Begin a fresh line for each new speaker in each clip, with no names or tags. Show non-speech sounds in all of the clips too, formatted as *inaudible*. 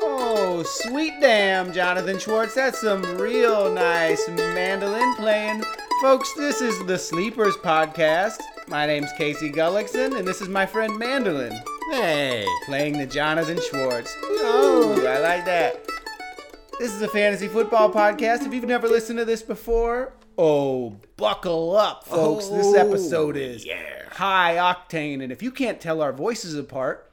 Oh, Sweet damn, Jonathan Schwartz, that's some real nice mandolin playing. Folks, this is the Sleepers Podcast. My name's Casey Gullickson, and this is my friend Mandolin. Hey, playing the Jonathan Schwartz. Ooh, I like that. This is a fantasy football podcast. If you've never listened to this before, oh, buckle up, folks. this episode is high octane, and if you can't tell our voices apart,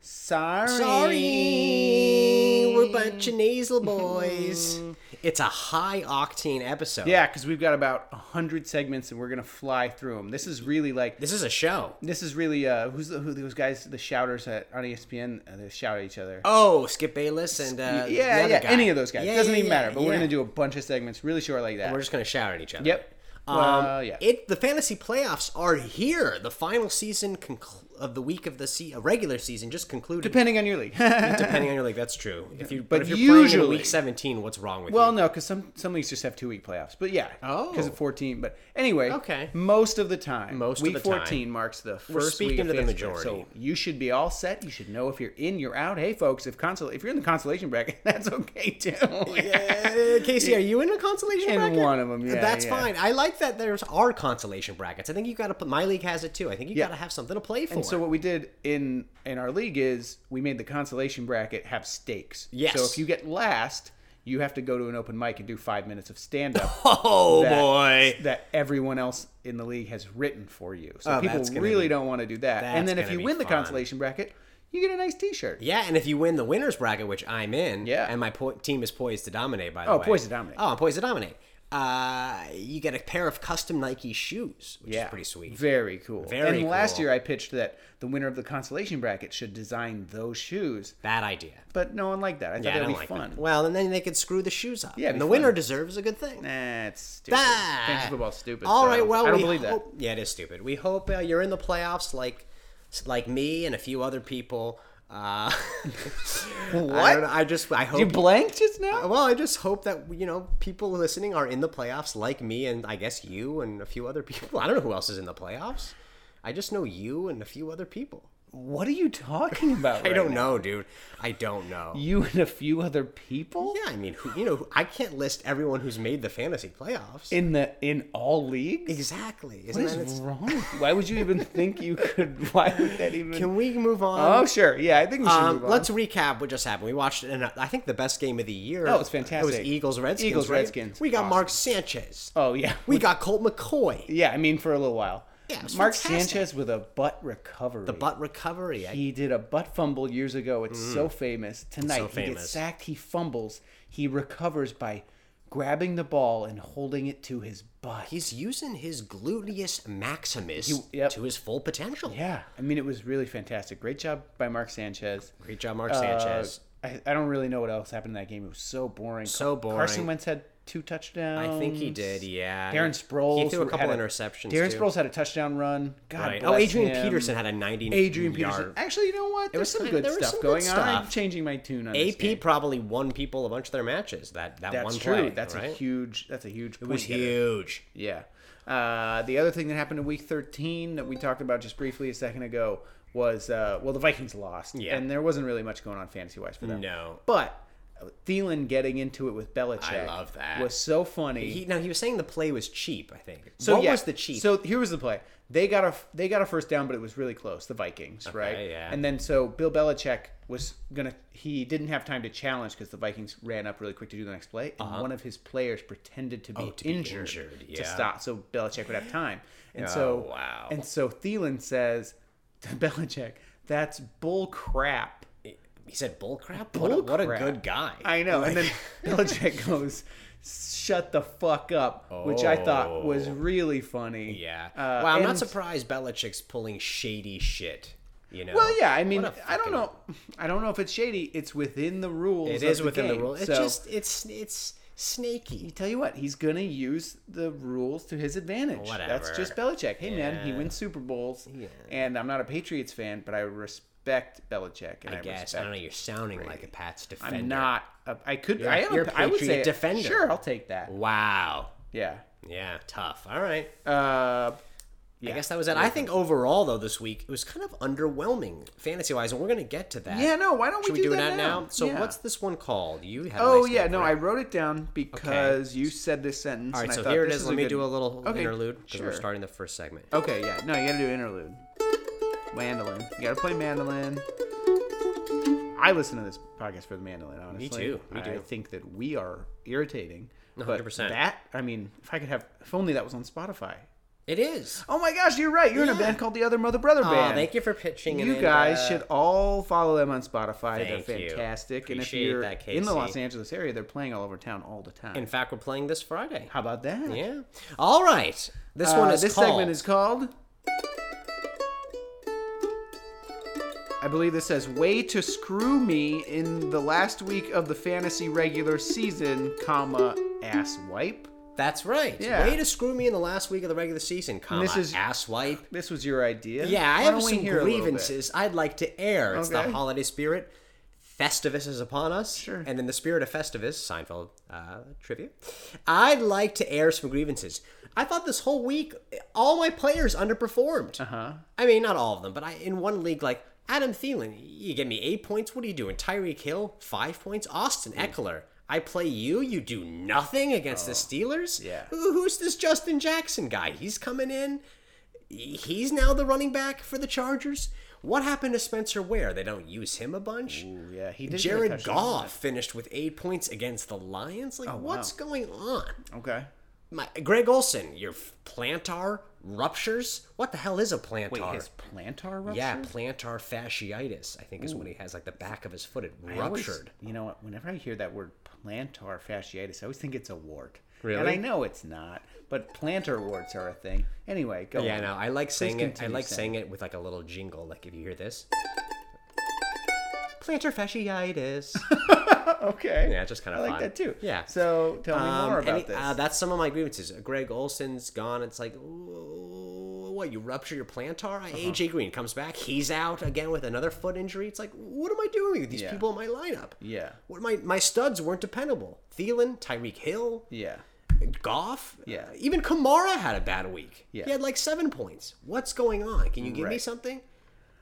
sorry.
Sorry, we're a bunch of nasal boys. it's a high octane episode.
Yeah, because we've got about hundred segments, and we're gonna fly through them. This is really like
This is a show.
this is really uh, who's the, who those guys, the shouters at, on ESPN, uh, they shout at each other.
Oh, Skip Bayless and uh,
yeah,
the other
yeah,
guy.
any of those guys
Yeah,
doesn't
yeah,
even
yeah,
matter. But we're
yeah.
gonna do a bunch of segments really short like that.
We're just gonna shout at each other.
yep.
Um,
Well, yeah.
It the fantasy playoffs are here. The final season conclu- of the week of the se- uh, regular season just concluded.
Depending on your *laughs* league.
Depending on your league, that's true. If you
But
but, if you're playing in
usually-
week 17, what's wrong with
well,
you?
no, because some some leagues just have two week playoffs. But yeah,
Oh.
because of fourteen. But anyway,
Okay.
Most of the time,
Most of
week
the time.
fourteen marks the first week
speaking
of
to the
fantasy playoffs, So
majority.
you should be all set. You should know if you're in, you're out. Hey, folks, if consol- if you're in the consolation bracket, *laughs* that's okay too.
Uh, Casey, are you in a consolation
In
bracket?
one of 'em, yeah,
That's
yeah.
fine. I like that there's our consolation brackets. I think you got to put my league has it too. I think you
Yeah.
got to have something to play for. *laughs*
And so what we did in in our league is we made the consolation bracket have stakes.
Yes.
So if you get last, you have to go to an open mic and do five minutes of stand up
oh boy.
that everyone else in the league has written for you. So
Oh,
people
that's gonna
really
be-
don't want to do that. And
that's
then if
gonna
you
be
win the
fun.
consolation bracket, you get a nice T-shirt.
Yeah, and if you win the winners bracket, which I'm in,
Yeah.
and my po- team is poised to dominate. By the
Oh,
way,
poised to dominate.
Oh, I'm poised to dominate. Uh, you get a pair of custom Nike shoes, which
Yeah.
is pretty sweet.
Very cool.
Very
and last
cool.
year I pitched that the winner of the consolation bracket should design those shoes,
Bad idea.
but no one liked that. I thought
Yeah, I
that'd
don't
be
like
fun.
That. Well, and then they could screw the shoes up.
Yeah, it'd be
and the
fun.
winner deserves a good thing.
Nah, it's stupid.
Bah.
Fantasy football's stupid.
All
so
right. Well,
I don't
we
believe that.
hope- Yeah, it is stupid. We hope uh, you're in the playoffs, like like me and a few other people. Uh, *laughs* I,
What?
don't know, I just I hope
You blanked just now?
Well, I just hope that you know people listening are in the playoffs like me and I guess you and a few other *laughs* people. I don't know who else is in the playoffs. I just know you and a few other people.
What are you talking about?
*laughs* I don't know, dude. I don't know.
You and a few other people
Yeah, I mean, who, you know, who- I can't list everyone who's made the fantasy playoffs.
in the in all leagues.
exactly. Isn't
What is
that it's-
wrong? with you? *laughs* Why would you even think you could? *laughs* Why would that even?
Can we move on?
oh sure, yeah. I think we should move
Um,
on.
let's recap what just happened. We watched, and I think the best game of the
Oh,
year.
it was
It was
fantastic.
Eagles Redskins.
Eagles,
right?
Redskins.
We got
Awesome.
Mark Sanchez.
Oh yeah,
we got Colt McCoy.
yeah. I mean, for a little while.
Yeah, it was
Mark
fantastic.
Sanchez with a butt recovery. The
Butt recovery. eh? I
He did a butt fumble years ago. It's so famous. Tonight
Mm.
he
so
gets
famous.
sacked. He fumbles. He recovers by grabbing the ball and holding it to his butt.
He's using his gluteus maximus
yep.
to his full potential.
Yeah, I mean, it was really fantastic. Great job by Mark Sanchez.
Great job, Mark Sanchez.
Uh, I, I don't really know what else happened in that game. It was so boring.
So boring.
Carson Wentz had two touchdowns.
I think he did, yeah.
Uh, Darren Sproles
He threw a
who
couple
had
interceptions.
Darren
too.
Sproles had a touchdown run. God
Right.
bless
Oh, Adrian
him.
Peterson had a 90
Adrian
yard.
Peterson. Actually, you know what? There's
was
some
kinda-
good
there was
stuff
some good
going on. I'm
stuff.
changing my tune on this
AP
game.
probably won people a bunch of their matches. That that
That's
one
true.
play.
that's
right?
a huge. That's a huge.
It was huge.
Yeah. Uh, the other thing that happened in week 13 that we talked about just briefly a second ago was, uh, well, the Vikings lost.
Yeah.
And there wasn't really much going on fantasy wise for them.
No.
But Thielen getting into it with Belichick
I love that.
was so funny.
He, now he was saying the play was cheap. I think.
so
what
yeah,
was the cheap?
So here was the play. They got a they got a first down, but it was really close. The Vikings, right?
yeah.
And then so Bill Belichick was gonna he didn't have time to challenge because the Vikings ran up really quick to do the next play, and one of his players pretended to be
Uh-huh. Oh, to be
injured,
injured,
to
yeah.
stop, so Belichick would have time. And so
Oh, wow.
And so Thielen says to *laughs* Belichick, "That's bull crap."
he said, "Bull crap."
Bull
what, a,
crap.
what a good guy.
I know. And then
*laughs*
Belichick goes, "Shut the fuck up," which I thought was really funny.
Oh. yeah.
Uh,
well, I'm not
and-
surprised Belichick's pulling shady shit. You know.
Well, yeah. I mean,
What a
I don't
fucking-
know. I don't know if it's shady. It's within the rules.
It is
of the
within the
game.
rule. It's
so,
just it's it's snaky.
tell you what, he's gonna use the rules to his advantage. That's
Whatever.
just Belichick. Hey man, he wins Super Bowls. And I'm not a Patriots fan, but I respect Belichick. And I,
I guess I
respect.
don't know. You're sounding like a Pats defender.
I'm not. A, I could. I am.
you're
a,
a
I would
Patriot
say
defender.
Sure, I'll take that.
Wow.
Yeah.
Yeah. Tough. All right.
Uh,
I guess that was it. I think overall, though, this week it was kind of underwhelming fantasy wise, and we're gonna get to that.
Yeah, no, why don't we
Should we,
do
do
that
that
now?
So
Yeah.
what's this one called? You have. a
Oh
nice
yeah,
name
no,
for
I
it.
wrote it down because you said this sentence.
All right,
and
so
I thought,
here it
this
is.
a
Let me
good-
do a little
Okay,
interlude because
sure.
we're starting the first segment.
Okay, yeah, no, you gotta do interlude. Mandolin, you gotta play mandolin. I listen to this podcast for the mandolin. Honestly,
too, me
I
too.
think that we are irritating. but
100%.
That I mean, if I could have, if only that was on Spotify.
It is.
Oh my gosh, you're right. You're in a
Yeah.
band called the Other Mother Brother
Aw,
Band.
thank Oh, you for pitching.
You
and,
guys
uh,
should all follow them on Spotify.
Thank
they're
you.
fantastic. And if
Appreciate
you're
that,
in the
Casey.
Los Angeles area, they're playing all over town all the time.
In fact, we're playing this Friday.
How about that?
Yeah. All right. This
Uh,
one is
this
called.
segment is called. I believe this says "Way to Screw Me" in the last week of the fantasy regular season, comma ass wipe.
That's right.
Yeah.
Way to screw me in the last week of the regular season, comma
this is-
ass wipe.
This was your idea.
Yeah, I
Why
have
don't we
some
hear a little bit?
grievances I'd like to air. It's
Okay.
the holiday spirit. Festivus is upon us.
Sure.
And in the spirit of Festivus, Seinfeld uh, trivia, I'd like to air some grievances. I thought this whole week all my players underperformed. Uh
Uh-huh.
huh. I mean, not all of them, but I in one league like Adam Thielen, you give me eight points. What are you doing? Tyreek Hill, five points.
Hmm.
Austin Eckler. I play you. You do nothing against the Steelers.
Oh, yeah.
Who, who's this Justin Jackson guy? He's coming in he's now the running back for the Chargers. What happened to Spencer Ware? They don't use him a bunch.
Ooh, yeah, he did. get a
Jared
touchdown. Oh,
Goff finished with eight points against the Lions. Like, what's going on?
Okay.
My, Greg Olson, your f- plantar ruptures. What the hell is a plantar?
Wait, his plantar rupture.
yeah, plantar fasciitis. I think is when he has like the back of his foot it
I always-
ruptured.
you know what? Whenever I hear that word plantar fasciitis, I always think it's a wart. And
Really?
I know it's not, but plantar warts are a thing. Anyway, go
Yeah,
on.
no, I like saying it. I
continue
like
saying
saying it with like a little jingle. Like if you hear this, plantar fasciitis.
Okay.
Yeah, it's just kinda
I like
fun.
that too.
Yeah.
So tell me
Um,
more about
any-
this.
Uh, that's some of my grievances. Greg Olson's gone. It's like, ooh, what? You rupture your plantar?
Uh-huh.
AJ Green comes back. He's out again with another foot injury. It's like, what am I doing with these
Yeah.
people in my lineup?
yeah.
What my my studs weren't dependable. Thielen, Tyreek Hill,
Yeah.
Goff,
Yeah.
uh, even Kamara had a bad week.
Yeah.
He had like seven points. What's going on? Can you give me
Right.
something?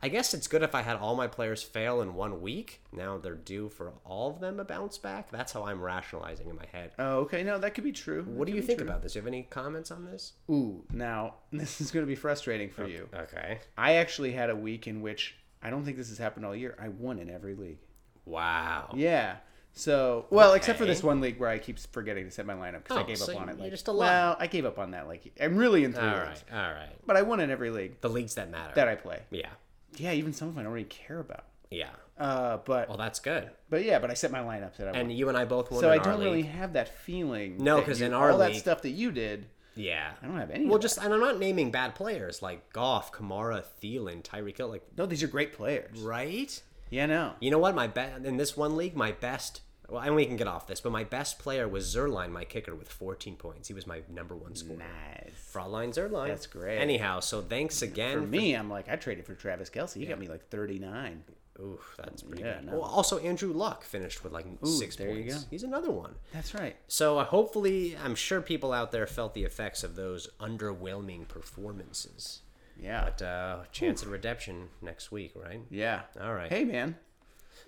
I guess it's good if I had all my players fail in one week. Now they're due for all of them a bounce back. That's how I'm rationalizing in my head.
Oh, okay. No, that could be true.
What do you think about this? Do you have any comments on this?
Ooh, now *laughs* this is going to be frustrating
Oh.
for you.
Okay.
I actually had a week in which I don't think this has happened all year. I won in every league.
Wow.
Yeah. So, well, except for
Okay.
this one league where I keep forgetting to set my lineup because I
Oh,
gave
so
up on it.
you're
Like,
just a liar.
well, I gave up on that. Like, I'm really in three
All
leagues.
right. All right.
but I won in every league
The leagues that matter.
that I play.
yeah.
Yeah, even some of them I don't really care about.
Yeah.
Uh, but
Well, that's good.
but yeah, but I set my lineups that I won.
And you and I both won
So
in
I
our
don't
league.
really have that feeling.
No,
that
'cause
you-
in our
all that
league-
stuff that you did,
Yeah.
I don't have any.
Well,
of that.
just and I'm not naming bad players like Goff, Kamara, Thielen, Tyreek Hill, like
no, these are great players.
right.
Yeah, no.
You know what? My bet in this one league, my best. Well, and we can get off this, but my best player was Zerline, my kicker, with 14 points. He was my number one scorer.
Nice.
Fraulein Zerline.
That's great.
Anyhow, so thanks again
For me, I'm like I traded for Travis Kelsey. He got me like 39.
Ooh, that's pretty
Yeah,
good.
no.
Well, also Andrew Luck finished with like six
there you
points.
go.
He's another one.
That's right.
So uh, hopefully, I'm sure people out there felt the effects of those underwhelming performances.
Yeah.
But uh, chance of redemption next week, right?
yeah.
All right.
Hey, man.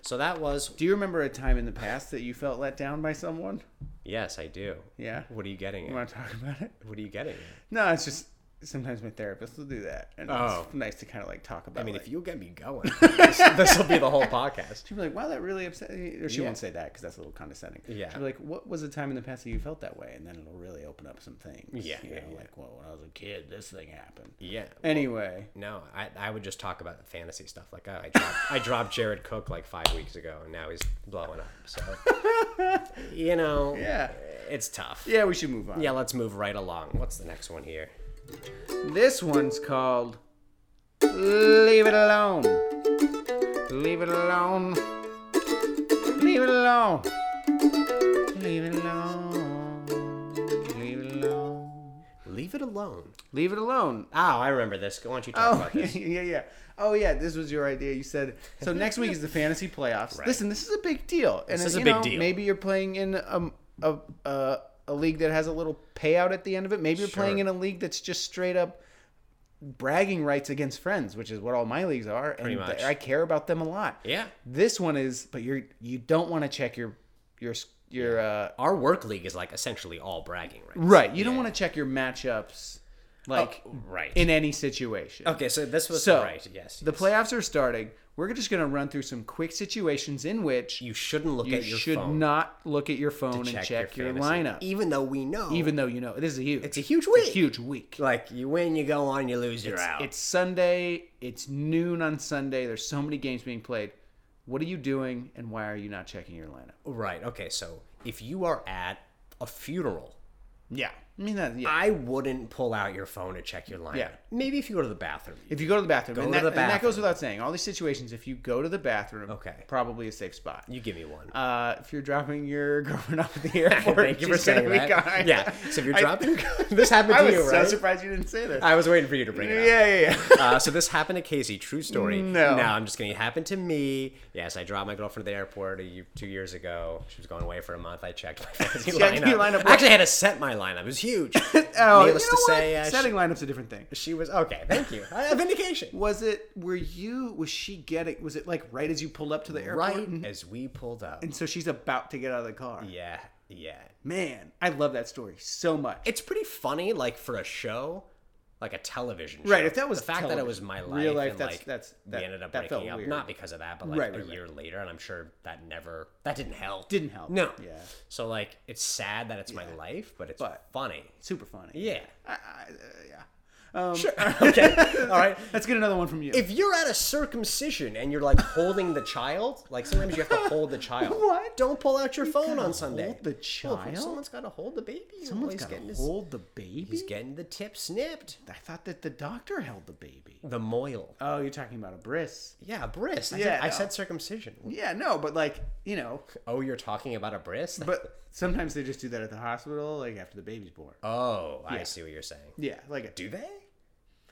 So that was
Do you remember a time in the past that you felt let down by someone?
yes, I do.
Yeah.
What are you getting
You
at?
want to talk about it?
What are you getting at?
No, it's just sometimes my therapist will do that, and
Oh.
it's nice to kind of like talk about.
I mean,
like,
if you get me *laughs* going, this will be the whole podcast.
She'd be like, "Wow, that really upset." me," Or she
Yeah.
won't say that because that's a little condescending.
Yeah.
She'd be like, "What was a time in the past that you felt that way?" And then it'll really open up some things.
Yeah,
You
yeah,
know, Like, well, when I was a kid, this thing happened.
Yeah.
Anyway.
No, I, I would just talk about the fantasy stuff. Like I, I, dropped, I dropped Jared Cook like five weeks ago, and now he's blowing up. *laughs* So you know,
Yeah.
it's tough.
Yeah, we should move on.
Yeah, let's move right along. What's the next one here?
This one's called "Leave It Alone." Leave it alone. Leave it alone. Leave it alone. Leave it alone.
Leave it alone.
Leave it alone.
Oh, I remember this. Why don't you talk
Oh *laughs*
about
yeah,
this?
yeah, yeah. Oh yeah, this was your idea. You said so. Next week is the fantasy playoffs. Listen, this is a big deal. And uh,
This is
you
a big
know,
deal.
Maybe you're playing in a a, a a league that has a little payout at the end of it. Maybe you're playing
Sure.
in a league that's just straight up bragging rights against friends, which is what all my leagues are, and
much.
th- I care about them a lot.
Yeah.
This one is, but you're you don't want to check your your s- your uh,
Our work league is like essentially all bragging, right?
right. You don't want to check your matchups like
right.
in any situation.
okay, so this was
So
right. Yes.
The
yes.
playoffs are starting. We're just going to run through some quick situations in which you,
you shouldn't look at your
should
phone
not look at your phone
to
and check your,
fantasy,
lineup,
even though we know,
even though you know this is a huge.
it's a huge week.
huge week.
Like you win, you go on, you lose, you're out.
It's Sunday. It's noon on Sunday. There's so many games being played. What are you doing, and why are you not checking your lineup?
right. Okay, so if you are at a funeral,
Yeah, I mean that. Yeah.
I wouldn't pull out your phone to check your lineup.
Yeah.
Maybe if you go to the bathroom.
if you go to the bathroom, and,
to
that,
the
and that goes
bathroom.
without saying, all these situations, if you go to the bathroom,
Okay.
probably a safe spot.
You give me one.
Uh, if you're dropping your *laughs* girlfriend off at the airport,
*laughs* Thank you for
she's gonna
saying
be
that.
gone. *laughs*
Yeah. So if you're
I-
dropping, *laughs* this happened
I
to
was
you,
so
right?
surprised you didn't say that.
I was waiting for you to bring it
yeah,
up.
yeah, *laughs* yeah.
uh, so this happened to Casey. True story.
No.
No, I'm just kidding. It happened to me. Yes, I dropped my girlfriend at the airport a, year- two years ago. She was going away for a month. I checked my
*laughs*
fantasy
Checked
lineup.
your lineup.
I actually had to set my lineup. It was huge.
*laughs* Oh,
Needless
you
to
know what?
say, uh,
setting lineup's a different thing.
she, she was okay. Thank you. Uh, I have
*laughs*
indication.
Was it? Were you? Was she getting? Was it like right as you pulled up to the airport?
Right as we pulled up.
And so she's about to get out of the car.
Yeah, yeah.
Man, I love that story so much.
it's pretty funny, like for a show, like a television show.
Right, if that was
the fact that it
television,
was my life,
real life,
and
that's-
like
that's- that-
we ended up
that felt
breaking up,
weird.
not because of that, but like
Right,
a
right,
year later, and I'm sure that never that didn't help.
Didn't help.
No.
Yeah.
So like, it's sad that it's my life, but it's
But-
funny.
Super funny.
Yeah.
I, I, uh, yeah. Um,
*laughs*
*laughs*
okay. All right.
Let's get another one from you.
If you're at a circumcision and you're like holding the child, like sometimes you have to hold the child.
*laughs* What?
Don't pull out your phone
gotta
on Sunday.
hold the
Well, if
child?
someone's got to hold the baby.
Someone's
Someone's
got
getting
to
his,
hold the baby.
He's getting the tip snipped.
I thought that the doctor held the baby.
The moil.
Oh, you're talking about a bris.
Yeah, a bris. I,
Yeah,
said, I
no.
said circumcision.
Yeah, no, but like you know,
Oh, you're talking about a bris?
but sometimes they just do that at the hospital, like after the baby's born.
oh, I see what you're saying.
Yeah, like a
Do they?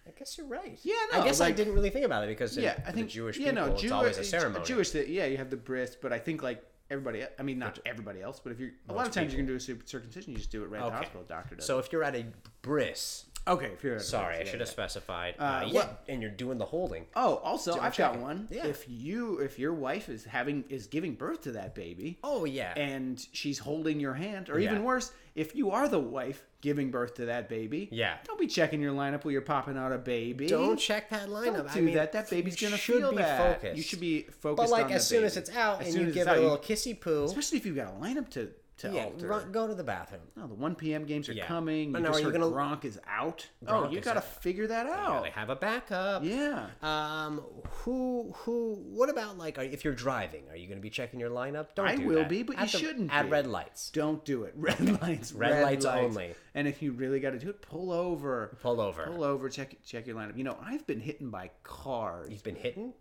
I guess you're right.
Yeah,
I
no,
guess I
like-
didn't really think about it because in-
yeah. I
the
think
Jewish
yeah,
people,
no,
it's
Jew-
always a
Jew-
ceremony.
Jewish, that- yeah, you have the bris, but I think like everybody, I mean, not everybody else, but if you're a lot of times you can do a super- circumcision, you just do it right at the
Okay.
hospital. Doctor does.
So if you're at a bris,
okay, if you're
sorry, I
yeah,
should
yeah.
have specified. Uh,
Uh,
yeah,
what-
and you're doing the holding.
Oh, also, I've got
checking.
one.
Yeah.
If you, if your wife is having is giving birth to that baby,
Oh yeah.
and she's holding your hand, or
Yeah.
even worse, if you are the wife giving birth to that baby,
Yeah.
don't be checking your lineup while you're popping out a baby.
don't check that lineup.
Don't do
I mean,
that. That baby's
you
gonna
should
feel
be
that.
focused.
You should be focused.
But like,
on
as
the
soon
baby.
as it's out
As
and
soon
you
as
give
it's
it a
out, you-
little kissy
*laughs*
poo,
especially if you've got a lineup to to
yeah,
alter.
run, go to the bathroom.
No, the one p.m. games are
Yeah.
coming.
But
You
now
just
are you
heard
gonna-
Gronk is out. oh,
Gronk
you
is
got to
out.
figure that
Yeah,
out.
they have a backup.
Yeah.
Um, who, who, what about like, are, if you're driving, are you going to be checking your lineup? Don't
I
do
will
that.
be, but
At
you
the-
shouldn't
At
be.
red lights,
Don't do it. *laughs* Red lights.
Red lights only.
And if you really got to do it, pull over.
pull over.
Pull over. Check check your lineup. You know, I've been hitten by cars.
You've been hitting?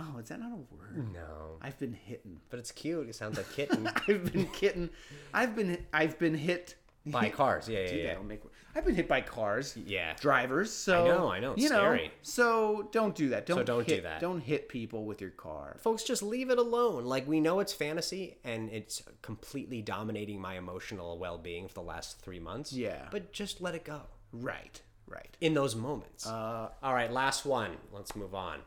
Oh, is that not a word?
No,
I've been hitten.
but it's cute. It sounds like kitten
*laughs* I've been *laughs* kitten. I've been I've been hit. *laughs*
by cars. Yeah, yeah,
Dude,
yeah.
that'll make- I've been hit by cars.
Yeah.
Drivers. So
I know, I know, it's
you know.
scary.
So don't do that. Don't
don't do
hit-
that.
Don't hit people with your car.
Folks, just leave it alone. Like we know it's fantasy, and it's completely dominating my emotional well-being for the last three months.
Yeah.
but just let it go
Right. Right.
in those moments.
Uh,
All right, last one. Let's move on.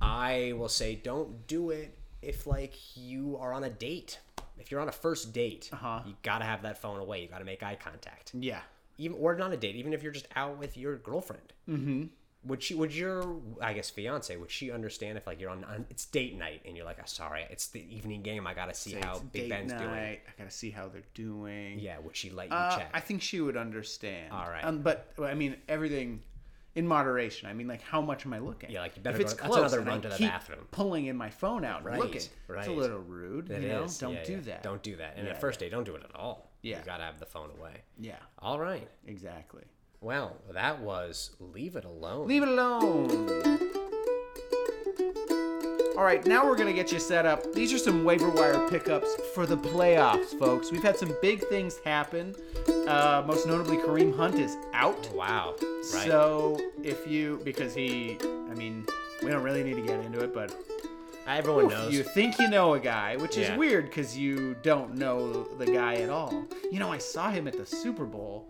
I will say don't do it if like you are on a date. If you're on a first date,
Uh-huh.
you got to have that phone away. You got to make eye contact.
yeah.
Even or not a date, even if you're just out with your girlfriend. Mhm.
Mm-hmm.
Would she would your I guess fiance would she understand if like you're on, on it's date night and you're like, oh, "Sorry, it's the evening game. I got to see how
It's
Big
date
Ben's doing."
night. I gotta see how they're doing.
Yeah, would she let you
Uh,
check?
I think she would understand. All
right.
Um, but well, I mean, everything in moderation. I mean, like how much am I looking?
Yeah, like, you better
if it's
go- that's
close,
another
and
run
I
to the
keep
bathroom.
Pulling in my phone out
Right,
and looking.
right.
It's a little rude.
It
you know,
is.
don't
Yeah,
do
yeah.
that.
Don't do that. And at first date, don't do it at all.
Yeah.
you got to have the phone away.
Yeah,
All right.
exactly.
Well, that was Leave It Alone.
Leave it alone. All right, now we're going to get you set up. These are some waiver wire pickups for the playoffs, folks. We've had some big things happen. Uh, most notably, Kareem Hunt is out.
wow. Right.
So if you, because he, I mean, we don't really need to get into it, but
Everyone knows.
you think you know a guy, which
Yeah.
is weird because you don't know the guy at all. You know, I saw him at the Super Bowl,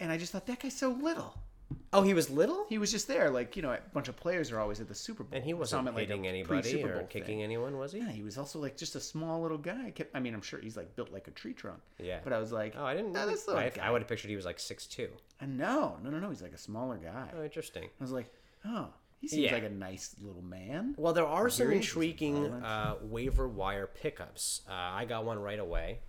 and I just thought that guy's so little.
Oh, he was little,
He was just there, like you know, a bunch of players are always at the Super Bowl,
and he
I saw him
wasn't
at, like, a
hitting anybody
pre-Super
or
Bowl
kicking
thing.
anyone, was he?
Yeah, he was also like just a small little guy. I, kept, I mean, I'm sure he's like built like a tree trunk.
Yeah.
But I was like,
Oh, I didn't.
No,
know.
that's the
I,
right
I would have pictured he was like six two.
Uh, No, no, no, no. He's like a smaller guy.
Oh, interesting.
I was like, oh, he seems
Yeah.
like a nice little man.
Well, there are some
Here is
intriguing
violent.
uh, waiver wire pickups. Uh, I got one right away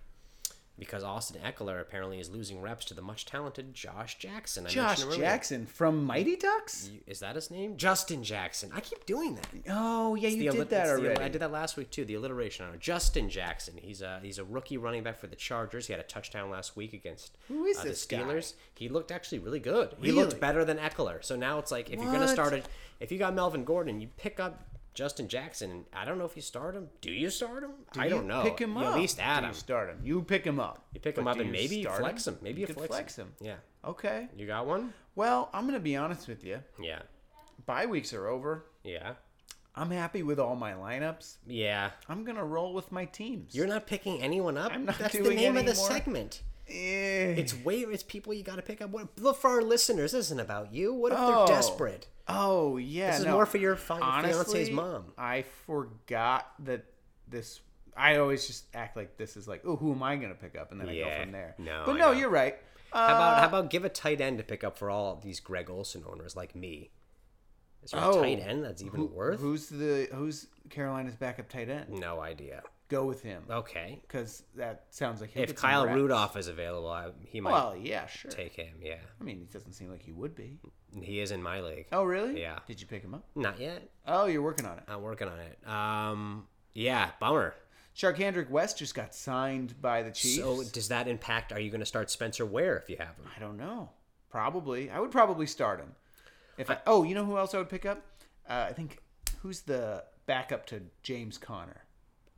because Austin Eckler apparently is losing reps to the much talented Josh Jackson. I
Josh
mentioned earlier.
Jackson from Mighty Ducks.
You- Is that his name? Justin Jackson. I keep doing that.
Oh yeah, you
The
did
alli-
that
it's the-
already.
I did that last week too. The alliteration on it. Justin Jackson. He's a he's a rookie running back for the Chargers. He had a touchdown last week against
Who is
uh,
this
the
guy?
Steelers. He looked actually really good. He
Really?
looked better than Eckler. So now it's like if you're gonna
What?
start it, if you got Melvin Gordon, you pick up Justin Jackson. And I don't know if you start him. Do you start him? I
You
don't know.
Pick him
You
up.
At least add
Do
him.
You start him. You pick him up.
You pick him
But
up
do
and
you
maybe you
start
flex him. Maybe you,
could
flex, him. Yeah.
Okay.
You got one?
Well, I'm gonna be honest with you.
Yeah.
Bye weeks are over.
Yeah.
I'm happy with all my lineups. *laughs*
Yeah.
I'm gonna roll with my teams.
You're not picking anyone up.
I'm not
That's the
doing
name of the
anymore.
segment.
Eh.
It's way it's people you got to pick up. What look for our listeners this isn't about you. What if
Oh.
they're desperate?
Oh yeah,
This is
no.
more for your fi-
Honestly,
fiance's mom.
I forgot that this. I always just act like this is like, oh, who am I going to pick up, and then I go
Yeah,
from there.
no,
but
I
no,
know.
you're right. Uh,
How about how about give a tight end to pick up for all these Greg Olson owners like me? Is there
Oh.
a tight end that's even worth?
who's the who's Carolina's backup tight end?
No idea.
Go with him
Okay.
because that sounds like he'll
Oh. If
get some
Kyle
reps.
Rudolph is available, I, he might
Well, yeah, sure.
take him. Yeah,
I mean, it doesn't seem like he would be.
he is in my league.
Oh, really?
Yeah.
Did you pick him up?
Not yet.
Oh, you're working on it.
I'm working on it. Um. Yeah. Bummer.
Sharkhandrick West just got signed by the Chiefs.
So does that impact? Are you going to start Spencer Ware if you have him?
I don't know. Probably. I would probably start him. If I, oh, you know who else I would pick up? Uh, I think who's the backup to James Conner?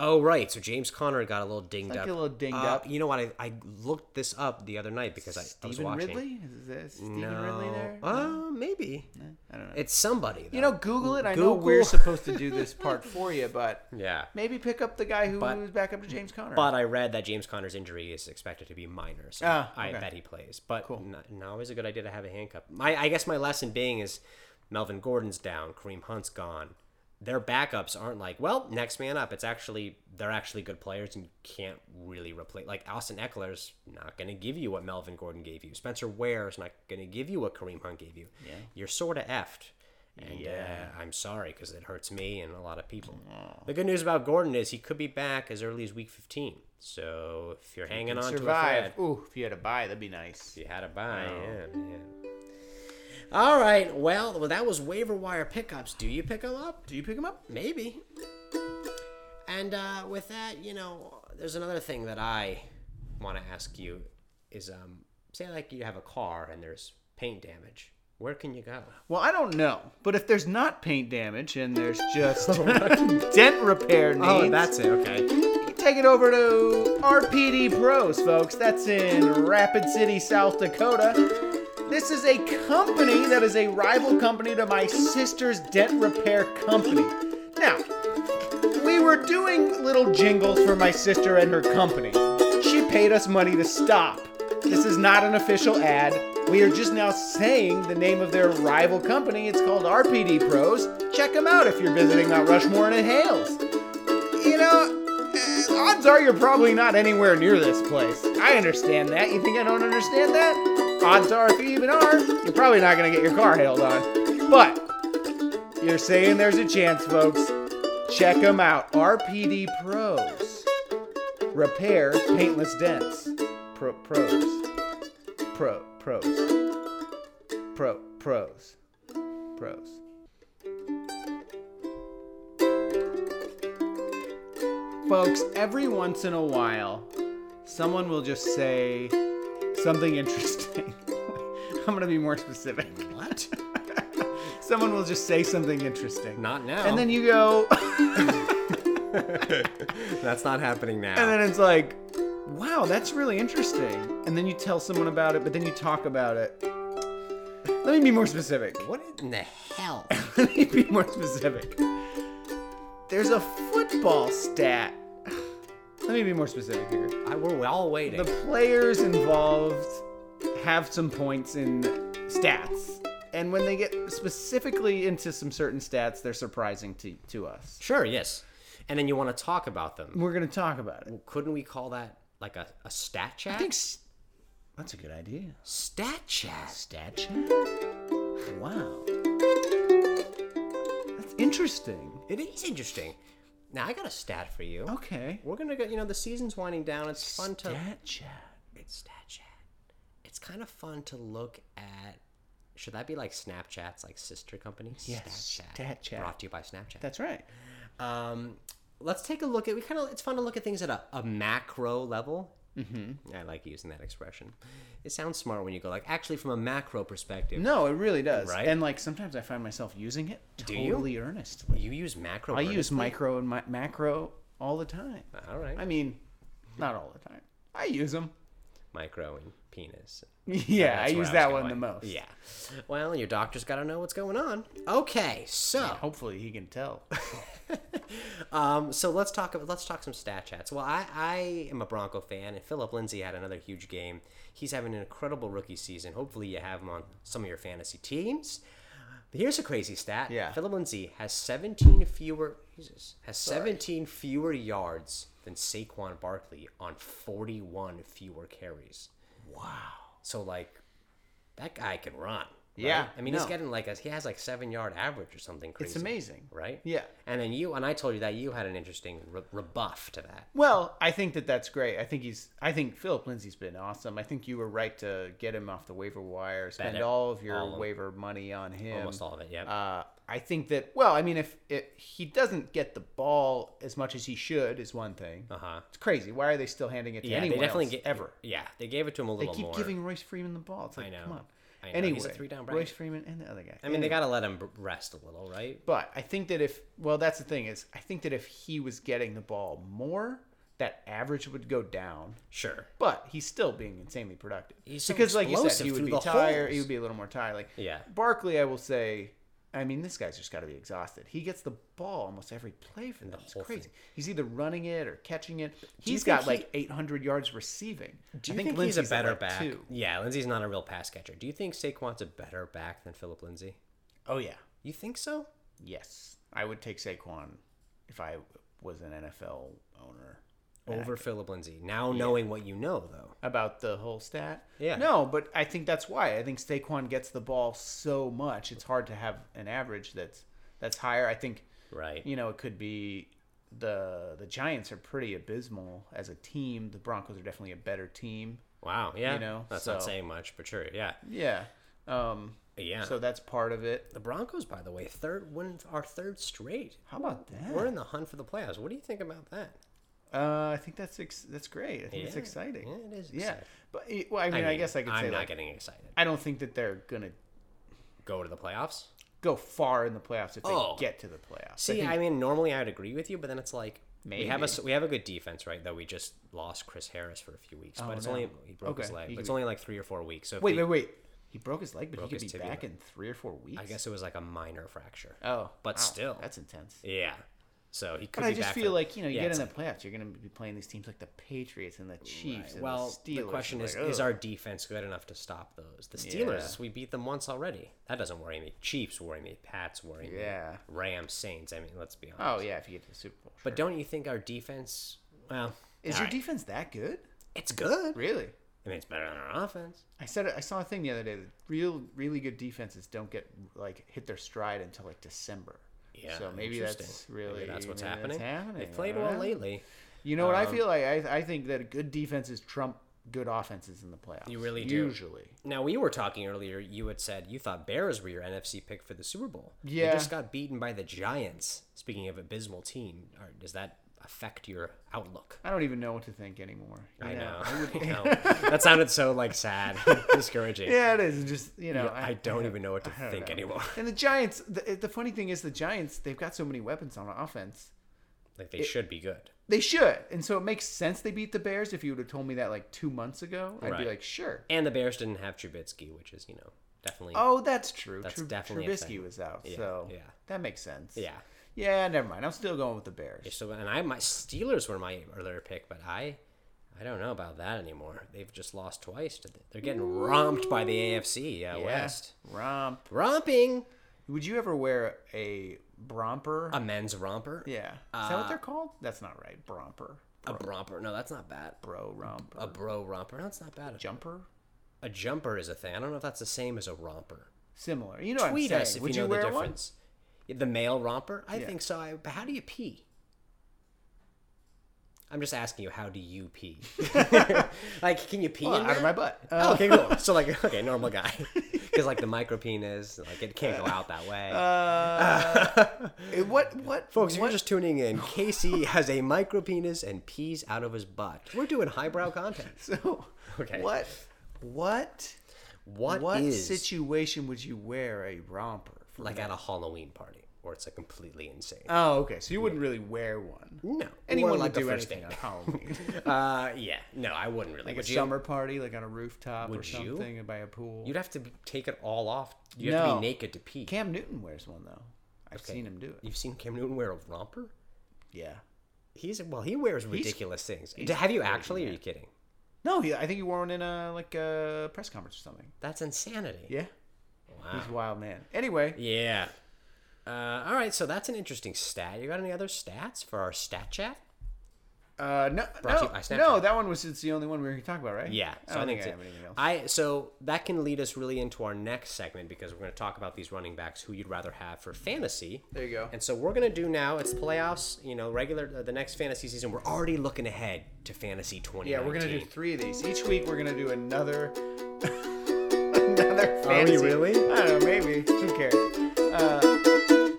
Oh right, so James Conner got a little dinged
Like
up.
a little dinged
Uh,
up.
You know what? I, I looked this up the other night because I, I was
Stephen
watching.
Ridley? Is this Stephen
No.
Ridley there? Eh,
Uh, maybe.
I don't know.
It's somebody.
You
though.
know, Google it. I know
Google.
we're supposed to do
*laughs*
this part for you, but
Yeah.
maybe pick up the guy who
But-
was backup to James Conner.
But I read that James Conner's injury is expected to be minor, so
Ah,
I
okay.
bet he plays. But not, not always a good idea to have a handcuff. My, I guess my lesson being is Melvin Gordon's down, Kareem Hunt's gone. Their backups aren't like, well, next man up. It's actually they're actually good players, and you can't really replace. Like Austin Eckler's not going to give you what Melvin Gordon gave you. Spencer Ware's not going to give you what Kareem Hunt gave you. Yeah. You're sort of effed. And
Yeah.
uh, I'm sorry because it hurts me and a lot of people. The good news about Gordon is he could be back as early as week 15. So if you're hanging on to a
survive.
thread,
Ooh, if you had a buy, that'd be nice.
you had a buy. Yeah, yeah. Oh, All right. Well, well, that was waiver wire pickups. Do you pick them up?
Do you pick him up?
Maybe. And uh, with that, you know, there's another thing that I want to ask you is um, say like you have a car and there's paint damage. Where can you go?
Well, I don't know, but if there's not paint damage and there's
*laughs*
just
Oh,
dent repair needs,
it. Okay.
Take it over to RPD Pros, folks. That's in Rapid City, South Dakota. This is a company that is a rival company to my sister's dent repair company. Now, we were doing little jingles for my sister and her company. She paid us money to stop. This is not an official ad. We are just now saying the name of their rival company. It's called RPD Pros. Check them out if you're visiting Mount Rushmore and it hails you know, eh, odds are you're probably not anywhere near this place. I understand that. You think I don't understand that? Odds are, if you even are, you're probably not going to get your car hailed on. But you're saying there's a chance, folks. Check them out. RPD Pros. Repair paintless dents. Pro, pros. Pro, pros. Pro, pros. Pros. Folks, every once in a while, someone will just say something interesting. *laughs* I'm going to be more specific.
What?
*laughs* Someone will just say something interesting.
Not now.
And then you go, *laughs*
That's not happening now.
and then it's like, wow, that's really interesting. And then you tell someone about it, but then you talk about it. Let me be more specific. *laughs*
what in the hell?
Let me be more specific. There's a football stat. *sighs* Let me be more specific here.
I, we're all waiting.
The players involved have some points in stats. and when they get specifically into some certain stats, they're surprising to, to us.
Sure, yes. And then you want to talk about them.
We're going to talk about it.
Couldn't we call that like a, a stat chat?
I think s- that's a good idea.
stat chat.
Stat chat? Wow. That's interesting.
It is interesting. Now I got a stat for you.
Okay.
We're gonna go. You know, the season's winding down. It's fun to
Stat chat.
it's stat chat. It's kind of fun to look at. Should that be like Snapchat's like sister company?
Yes, Stat Chat.
Brought to you by Snapchat.
That's right.
Um, let's take a look at. We kind of. It's fun to look at things at a, a macro level. Mm-hmm. I like using that expression. It sounds smart when you go like actually from a macro perspective.
No, it really does.
Right?
And like sometimes I find myself using it
you?
totally earnestly.
You use macro.
I use micro and mi- macro all the time.
All right.
I mean, not all the time. I use them.
micro and penis.
*laughs* Yeah,
That's
I
where
use
was
that
going.
one the most.
Yeah. Well, your doctor's got to know what's going on. Okay, so
Hopefully he can tell.
um, so let's talk ab- let's talk some stat chats. Well, I, I am a Bronco fan, and Philip Lindsay had another huge game. He's having an incredible rookie season. Hopefully, you have him on some of your fantasy teams. But here's a crazy stat.
Yeah.
Philip Lindsay has 17 fewer Jesus, has 17 fewer yards than Saquon Barkley on 41 fewer carries. Wow. So like that guy can run. right?
Yeah,
I mean, he's
no.
getting like a, he has like seven yard average or something crazy.
It's amazing.
right?
Yeah.
And then you and I told you that you had an interesting re- rebuff to that.
Well, I think that that's great. I think he's. I think Philip Lindsay's been awesome. I think you were right to get him off the waiver wire. Spend
it.
all of your
All of it.
waiver money on him.
Almost all of it. Yeah.
Uh, I think that. Well, I mean, if it, he doesn't get the ball as much as he should, is one thing.
Uh huh.
It's crazy. Why are they still handing it to anyone else
ga-
ever?
Yeah, they gave it to him a
They
little
keep
more.
giving Royce Freeman the ball. It's like,
know.
come on.
I know. He's a
Anyway,
three-down bracket.
Royce Freeman and the other guy.
I mean, they gotta let him b- rest a little, right?
But I think that if well, that's the thing is, I think that if he was getting the ball more, that average would go down.
Sure.
But he's still being insanely productive.
He's so
because, like you said,
explosive
he would
through
be
the
tired. He
holes.
would be a little more tired. Like
Yeah.
Barkley, I will say. I mean, this guy's just got to be exhausted. He gets the ball almost every play for them. It's
whole
crazy.
thing.
He's either running it or catching it. He's
think
got like 800 yards receiving.
Do
I
you
think,
think,
Lindsey's
he's a
at,
better
like,
back?
two.
Yeah, Lindsey's not a real pass catcher. Do you think Saquon's a better back than Philip Lindsay?
Oh yeah.
You think so?
Yes, I would take Saquon if I was an NFL owner.
Over Philip Lindsay. Now knowing what you know, though.
about the whole stat.
Yeah.
No, but I think that's why. I think Saquon gets the ball so much. It's hard to have an average that's that's higher. I think
Right.
you know it could be the the Giants are pretty abysmal as a team. The Broncos are definitely a better team.
Wow. Yeah.
You know,
that's not
so-
saying much, but sure. Yeah.
Yeah. Um
Yeah.
so that's part of it.
the Broncos, by the way, third win our third straight.
How about
We're
that?
in the hunt for the playoffs. What do you think about that?
Uh, I think that's ex- that's great. I think it's
Yeah.
exciting.
Yeah, it is.
Yeah.
exciting.
But it- well, I mean, I, guess I could
I'm
say
not
like,
getting excited.
I don't think that they're going to
Go to the playoffs.
go far in the playoffs if they
Oh.
get to the playoffs.
See, I, mean, normally I'd agree with you, but then it's like we have a
Maybe.
s- we have a good defense, right? Though we just lost Chris Harris for a few weeks, but it's
Oh, no.
only he broke his
Okay,
leg.
he
But
could
it's
be-
only like three or four weeks. So if
Wait,
they-
wait, wait. He broke his leg, but he
Broke
could be
his tibia.
back in three or four weeks.
I guess it was like a minor fracture.
Oh,
but
wow,
still,
that's intense.
yeah. So he could.
But I
be
just
back
feel
for-
like you know you
Yeah,
get in
it's
the playoffs, you're going to be playing these teams like the Patriots and the Chiefs. And
Well,
the, Steelers.
the question
It's
is:
like,
Is
ugh.
our defense good enough to stop those? The Steelers, we beat them once already. That doesn't worry me. Chiefs worry me. Pats worry me.
yeah?
Rams, Saints. I mean, let's be honest.
Oh yeah, if you get to the Super Bowl.
But don't you think our defense? Well,
is
all
your
right.
defense that good?
It's good.
Really?
I mean, it's better than our offense.
I said it- I saw a thing the other day. That real, really good defenses don't get like hit their stride until like December.
Yeah,
So maybe
interesting.
that's really
Maybe that's what's
maybe
happening.
happening.
They've played
all
well
right.
lately.
You know what I
Um,
feel like? I, I think that good defenses trump good offenses in the playoffs.
You really do.
Usually.
Now we were talking earlier. You had said you thought Bears were your NFC pick for the Super Bowl.
Yeah.
They just got beaten by the Giants. Speaking of abysmal team, are- does that affect your outlook?
I don't even know what to think anymore. you
I know.
I
*laughs*
would-
I know. That sounded so like sad,
*laughs*
*laughs* discouraging.
yeah, it is. It's Just you know,
I don't even know what to
don't
think
know.
anymore.
*laughs*
*laughs*
And the Giants. The, the funny thing is, the Giants. They've got so many weapons on offense.
Like they should be good.
They should, and so it makes sense they beat the Bears. If you would have told me that like two months ago, I'd be
Right.
like, sure.
And the Bears didn't have Trubisky, which is you know definitely.
Oh, that's true.
That's
Tru-
definitely a
Trubisky
thing.
was out, so
yeah.
that makes sense.
Yeah.
yeah. Never mind. I'm still going with the Bears.
So and I my Steelers were my earlier pick, but I I don't know about that anymore. They've just lost twice. To the, they're getting romped by the AFC uh, West.
Romp.
Romping
Would you ever wear a bromper?
a men's romper.
yeah. Is that what they're called? That's not right. Bromper.
A romper. No, that's not bad.
Bro romp.
A bro romper. No, that's not bad.
jumper?
A jumper is a thing. I don't know if that's the same as a romper.
Similar. You know what
Tweet
I'm saying.
us if
Would
you know
wear
the
one?
difference. The male romper? I think so. I, but how do you pee? I'm just asking you, how do you pee? *laughs* like, can you pee in
Well, out
there?
of my butt. Uh,
Oh, okay, cool. So like, okay,
*laughs*
normal guy, because like the micro penis, like it can't go out that way.
Uh, what? What?
Folks, if you're just tuning in, Casey has a micro penis and pees out of his butt. We're doing highbrow content.
*laughs* So,
Okay.
what? What?
What,
what
is
situation would you wear a romper? For?
like at a Halloween party where it's like completely insane?
Oh, okay. So you wouldn't really wear one.
no,
Anyone
Or,
would
like a
do
first
anything on
date. *laughs*
Halloween,
Uh, yeah, no, I wouldn't really.
like a
Would you?
summer party, like on a rooftop or
Would you?
something, and by a pool.
You'd have to be- take it all off. You have to
No.
be naked to pee.
Cam Newton wears one though. I've seen him do it.
You've seen Cam Newton wear a romper?
Yeah.
He's well, he wears ridiculous things. Have you actually? Are you kidding?
No, he, I think he wore one in a like a press conference or something.
That's insanity.
Yeah.
Wow.
He's a wild man. Anyway,
Yeah. Uh, all right, so that's an interesting stat. You got any other stats for our stat chat?
uh, no,
Brought to you
no,
by Snapchat.
no, that one was it's the only one we were talking about, right?
Yeah.
I don't think I have anything else.
I so that can lead us really into our next segment because we're going to talk about these running backs who you'd rather have for fantasy.
There you go.
And so we're going to do now. It's playoffs. You know, regular uh, the next fantasy season. We're already looking ahead to fantasy twenty.
Yeah, we're gonna do three of these each week. We're gonna do another, *laughs* another fantasy.
really?
I don't know. Maybe. Who cares?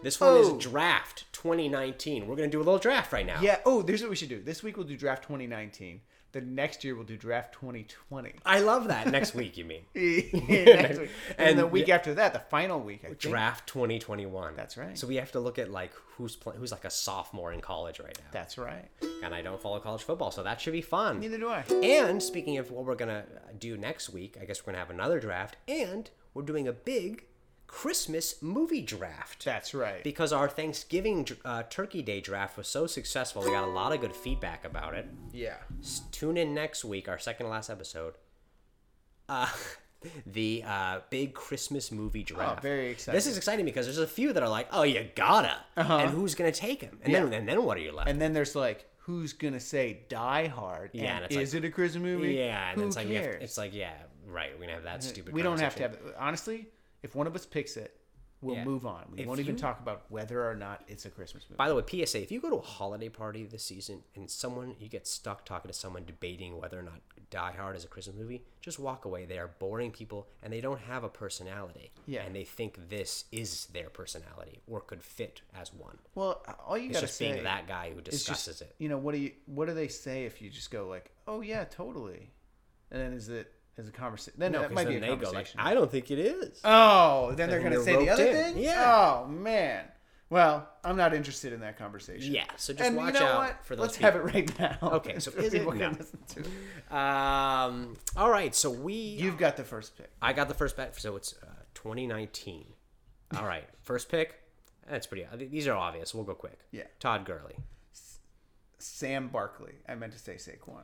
This one
Oh.
is draft twenty nineteen. We're going to do a little draft right now.
Yeah. Oh, there's what we should do. This week we'll do draft 2019. The next year we'll do draft 2020.
I love that. next week, you mean?
*laughs* Next week. And,
*laughs* And
the week
the-
after that, the final week. I think.
draft 2021
That's right.
so we have to look at like who's play- who's like a sophomore in college right now
That's right.
and i don't follow college football so that should be fun
Neither do I.
and speaking of what we're gonna uh, do next week i guess we're gonna have another draft and we're doing a big christmas movie draft
That's right.
because our thanksgiving dr- uh, turkey day draft was so successful we got a lot of good feedback about it
yeah.
S- tune in next week our second to last episode uh *laughs* the uh, big Christmas movie draft.
Oh, very
This is exciting because there's a few that are like, "Oh, you gotta," and who's gonna take him? And then,
Uh-huh. Yeah.
and then what are you left?
And then there's like, who's gonna say Die Hard?
Yeah,
And
and it's
is it a Christmas movie?
yeah, and
Who
then it's like, we have,
cares? Uh-huh.
it's like, yeah, right. We're gonna have that stupid.
we don't have to
conversation.
have honestly if one of us picks it we'll
Yeah.
move on we
If
won't even
you-
talk about whether or not it's a christmas movie
By the way, PSA: If you go to a holiday party this season and someone you get stuck talking to someone debating whether or not Die Hard is a Christmas movie, just walk away. They are boring people, and they don't have a personality.
Yeah.
and they think this is their personality or could fit as one.
well all you
It's
gotta
just
say
being that guy who
is
discusses
just,
it.
you know what do you what do they say if you just go like oh yeah totally and then is it is a conversation then
No,
that
because
might be
then
a
they go like,
conversation
"I don't think it is."
oh then they're
then
gonna
you're
say the
roped
other
in.
thing
Yeah.
oh man well i'm not interested in that conversation
Yeah, so just
and
watch
you know
out
what
for those.
let's
people.
have it right *laughs* now
Okay, so is it?
People can
No.
listen to it.
Um, all right, so
*laughs*
we.
you've got the first pick
I got the first bet, so it's uh, 2019. All
*laughs*
right, first pick. That's pretty. uh, These are obvious. We'll go quick.
Yeah.
Todd Gurley.
sam barkley i meant to say saquon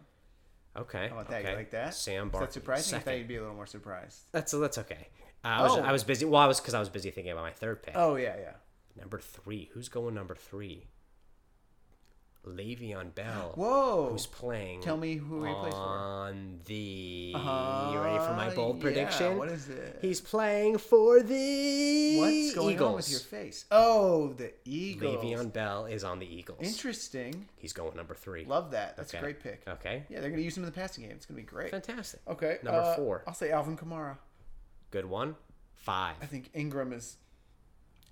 Okay.
How about that?
okay.
You like that?
Sam
Is
Barkley.
that surprising? I thought
Second.
you'd be a little more surprised.
That's that's okay. Uh, I was
Oh.
I was busy. Well, I was because I was busy thinking about my third pick.
Oh yeah, yeah.
Number three. Who's going number three? Le'Veon Bell.
Whoa.
Who's playing?
Tell me who he plays for. Uh,
On the. you ready for my bold
yeah,
prediction?
what is it?
He's playing for the
What's going
Eagles.
on with your face? Oh, the Eagles.
Le'Veon Bell is on the Eagles.
Interesting.
He's going number three.
Love that. That's
Okay.
a great pick.
Okay.
Yeah, they're gonna use him in the passing game. It's gonna be great.
Fantastic.
Okay.
Number
uh,
four.
I'll say Alvin Kamara.
Good one. Five.
I think Ingram is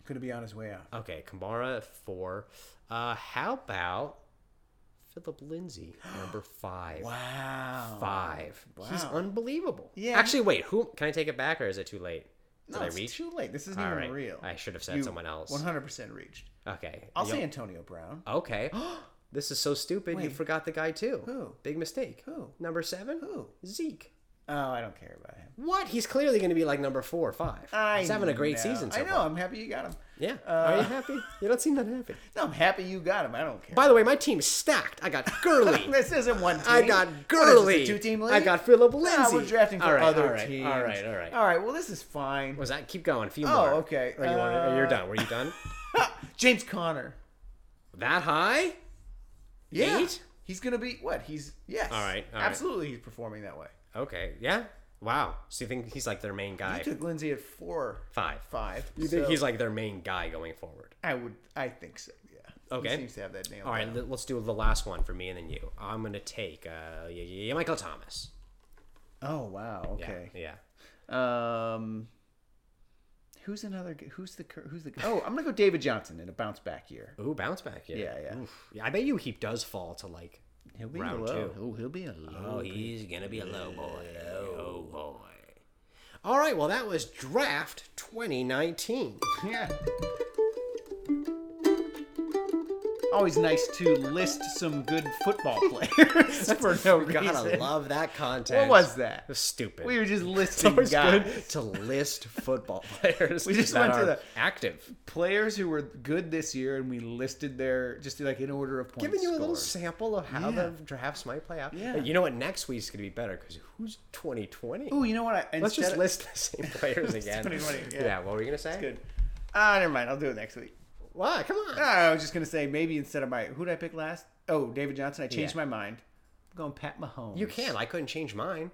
gonna be on his way out.
Okay. Kamara at four. Uh, how about
*gasps*
Philip Lindsay, number five?
Wow.
Five. He's
Wow.
unbelievable.
Yeah.
Actually, wait. Who can I take it back, or is it too late? Did
No,
I
it's
reach?
too late. This isn't
All
even
right.
real.
I should have said someone else.
100% reached.
Okay.
I'll
Yo-
say Antonio Brown. *gasps*
Okay. this is so stupid. You
Wait.
forgot the guy too.
Who?
Big mistake.
Who?
Number seven.
Who?
Zeke.
Oh, I don't care about him.
What? He's clearly going to be like number four or five.
I
He's having a great
know.
season so
I know.
far.
I'm happy you got him.
Yeah.
Uh,
Are you happy? You don't seem that happy.
No, I'm happy you got him. I don't care.
By the way, my team's stacked.
*laughs*
I got Gurley.
this isn't one team.
I got
What
Gurley.
is this, a two-team league.
I got Philip Lindsay.
Nah, we're drafting for
All right,
other
all right,
teams.
All right, all right.
All right. Well, this is fine.
Was that? Keep going. A few
Oh,
more.
okay.
Or you wanna- or you're
Uh,
done. Were you done?
James Conner.
that high?
Yeah.
Eight?
He's gonna be what? He's yes.
All right, all right.
absolutely, he's performing that way.
Okay. Yeah. Wow. So you think he's like their main guy?
I took Lindsay at four,
Five.
five.
You think
so
he's like their main guy going forward?
I would. I think so. Yeah.
Okay.
He seems to have that nailed.
All right. let- Let's do the last one for me and then you. I'm gonna take uh, yeah, yeah, yeah, Michael Thomas.
Oh wow.
Yeah,
Okay.
Yeah.
Um, who's another? g- Who's the? cur- Who's the? Oh, I'm gonna go David Johnson in a bounce back year.
Ooh, bounce back. Yeah.
Yeah, yeah.
Oof. yeah I bet you Heap does fall to like.
He'll be
Round
low.
two.
Oh, he'll be a low.
Oh, he's gonna be a low boy. Oh boy. All right. Well, that was draft *laughs* 2019.
Yeah. Always nice to list some good
*laughs*
football players for no
Gotta
reason.
love that content.
What was that?
It was stupid. *laughs*
We were just
it's
listing
always
guys,
good to *laughs* list football players.
We just
that
went to
are
the-
active.
players who were good this year, and we listed their just like in order of points.
Giving you a little
scored.
sample of how
Yeah.
the drafts might play out.
Yeah.
But You know what? Next week's gonna be better because who's 2020?
Ooh, you know what? I,
Let's
instead
just
of-
list the *laughs* same players again.
2020, yeah.
yeah. What were you gonna say?
Good. Ah, never mind. I'll do it next week.
Why? Come on.
Ah, I was just gonna say maybe instead of my who did I pick last? Oh, David Johnson. I changed
Yeah.
my mind. I'm going Pat Mahomes.
You can. I couldn't change mine.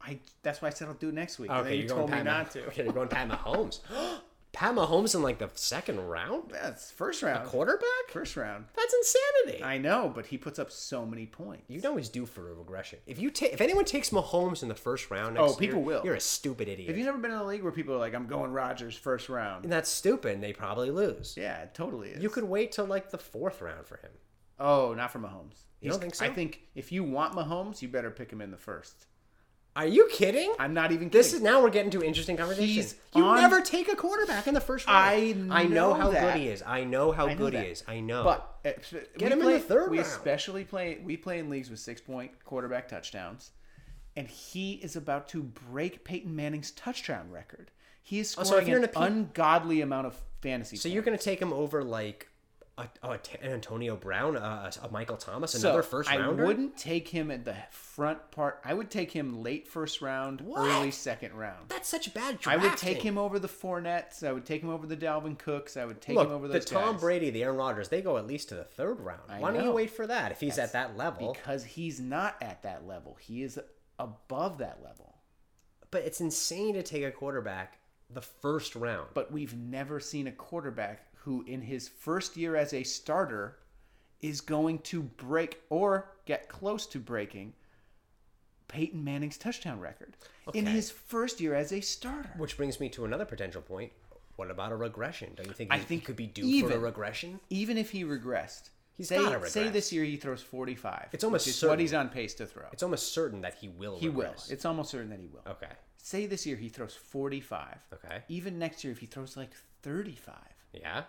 I. That's why I said I'll do it next week. and
Oh, Okay,
then
you
you
are going
told me
Pat Ma-
not to.
*laughs* Okay, you're going Pat Mahomes. *gasps* Pat Mahomes in like the second round?
That's first round.
Quarterback?
First round.
That's insanity.
I know, but he puts up so many points.
you know he's due for a regression. If you take if anyone takes Mahomes in the first round
Oh,
next
people
year,
will.
You're a stupid idiot.
Have you never been in a league where people are like, "I'm going Rogers first round"?
and that's stupid, and they probably lose.
Yeah, it totally is.
You could wait till like the fourth round for him.
Oh, not for Mahomes.
You don't think so?
I think if you want Mahomes, you better pick him in the first.
Are you kidding?
I'm not even.
this is
kidding.
now we're getting to interesting conversations.
He's
You
on-
never take a quarterback in the first round.
I
I know
know
how
that.
good he is. I know how
know
good
that.
he is. I know.
But uh, so we
him in the
play-
third
We
round.
especially play. We play in leagues with six point quarterback touchdowns, and he is about to break Peyton Manning's touchdown record. He is scoring
Oh, so if you're
an
in a P-
ungodly amount of fantasy.
So you're going to take him over like a, a T- Antonio Brown, a, a Michael Thomas,
So,
another first rounder?
I wouldn't take him at the front part. I would take him late first round,
What?
early second round.
That's such bad
I
drafting.
would take him over the Fournettes. I would take him over the Dalvin Cooks. I would take
Look,
him over
the
those
Tom
guys.
Brady, the Aaron Rodgers, they go at least to the third round. Why don't
know.
you wait for that if he's at that level?
because he's not at that level. He is above that level.
But it's insane to take a quarterback the first round.
But we've never seen a quarterback who, in his first year as a starter, is going to break or get close to breaking Peyton Manning's touchdown record in
Okay.
his first year as a starter.
Which brings me to another potential point. What about a regression? Don't you think
I
he, he
think
could be due for a
even-
regression?
even if he regressed,
He's
say,
gotta
say
regress.
this year he throws 45.
It's almost
which is what
certain.
he's on pace to throw.
It's almost certain that he will.
he will.
regress.
It's almost certain that he will.
okay.
Say this year he throws 45.
Okay.
Even next year, if he throws like 35,
Yeah.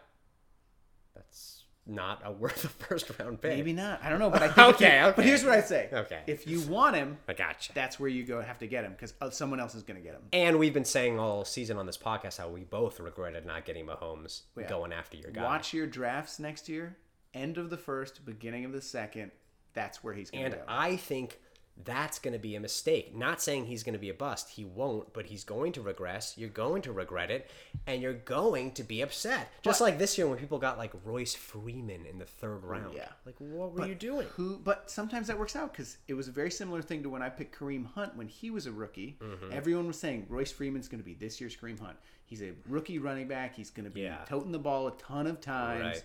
That's not a worth a first round pick.
maybe not. I don't
*laughs*
know, but I think. if
Okay,
you-
okay.
But here's what I say.
Okay.
If you want him,
I gotcha.
that's where you go have to get him because someone else is going to get him.
and we've been saying all season on this podcast how we both regretted not getting Mahomes
Oh, Yeah.
going after your guy.
Watch your drafts next year. End of the first, beginning of the second. That's where he's going
And
to go.
I think that's going to be a mistake. Not saying he's going to be a bust. He won't, but he's going to regress. You're going to regret it, and you're going to be upset. Just like this year when people got like Royce Freeman in the third round.
Yeah.
Like, what were you doing?
Who? But sometimes that works out because it was a very similar thing to when I picked Kareem Hunt when he was a rookie.
Mm-hmm.
Everyone was saying Royce Freeman's going to be this year's Kareem Hunt. He's a rookie running back. He's going to be
Yeah.
toting the ball a ton of times.
Right.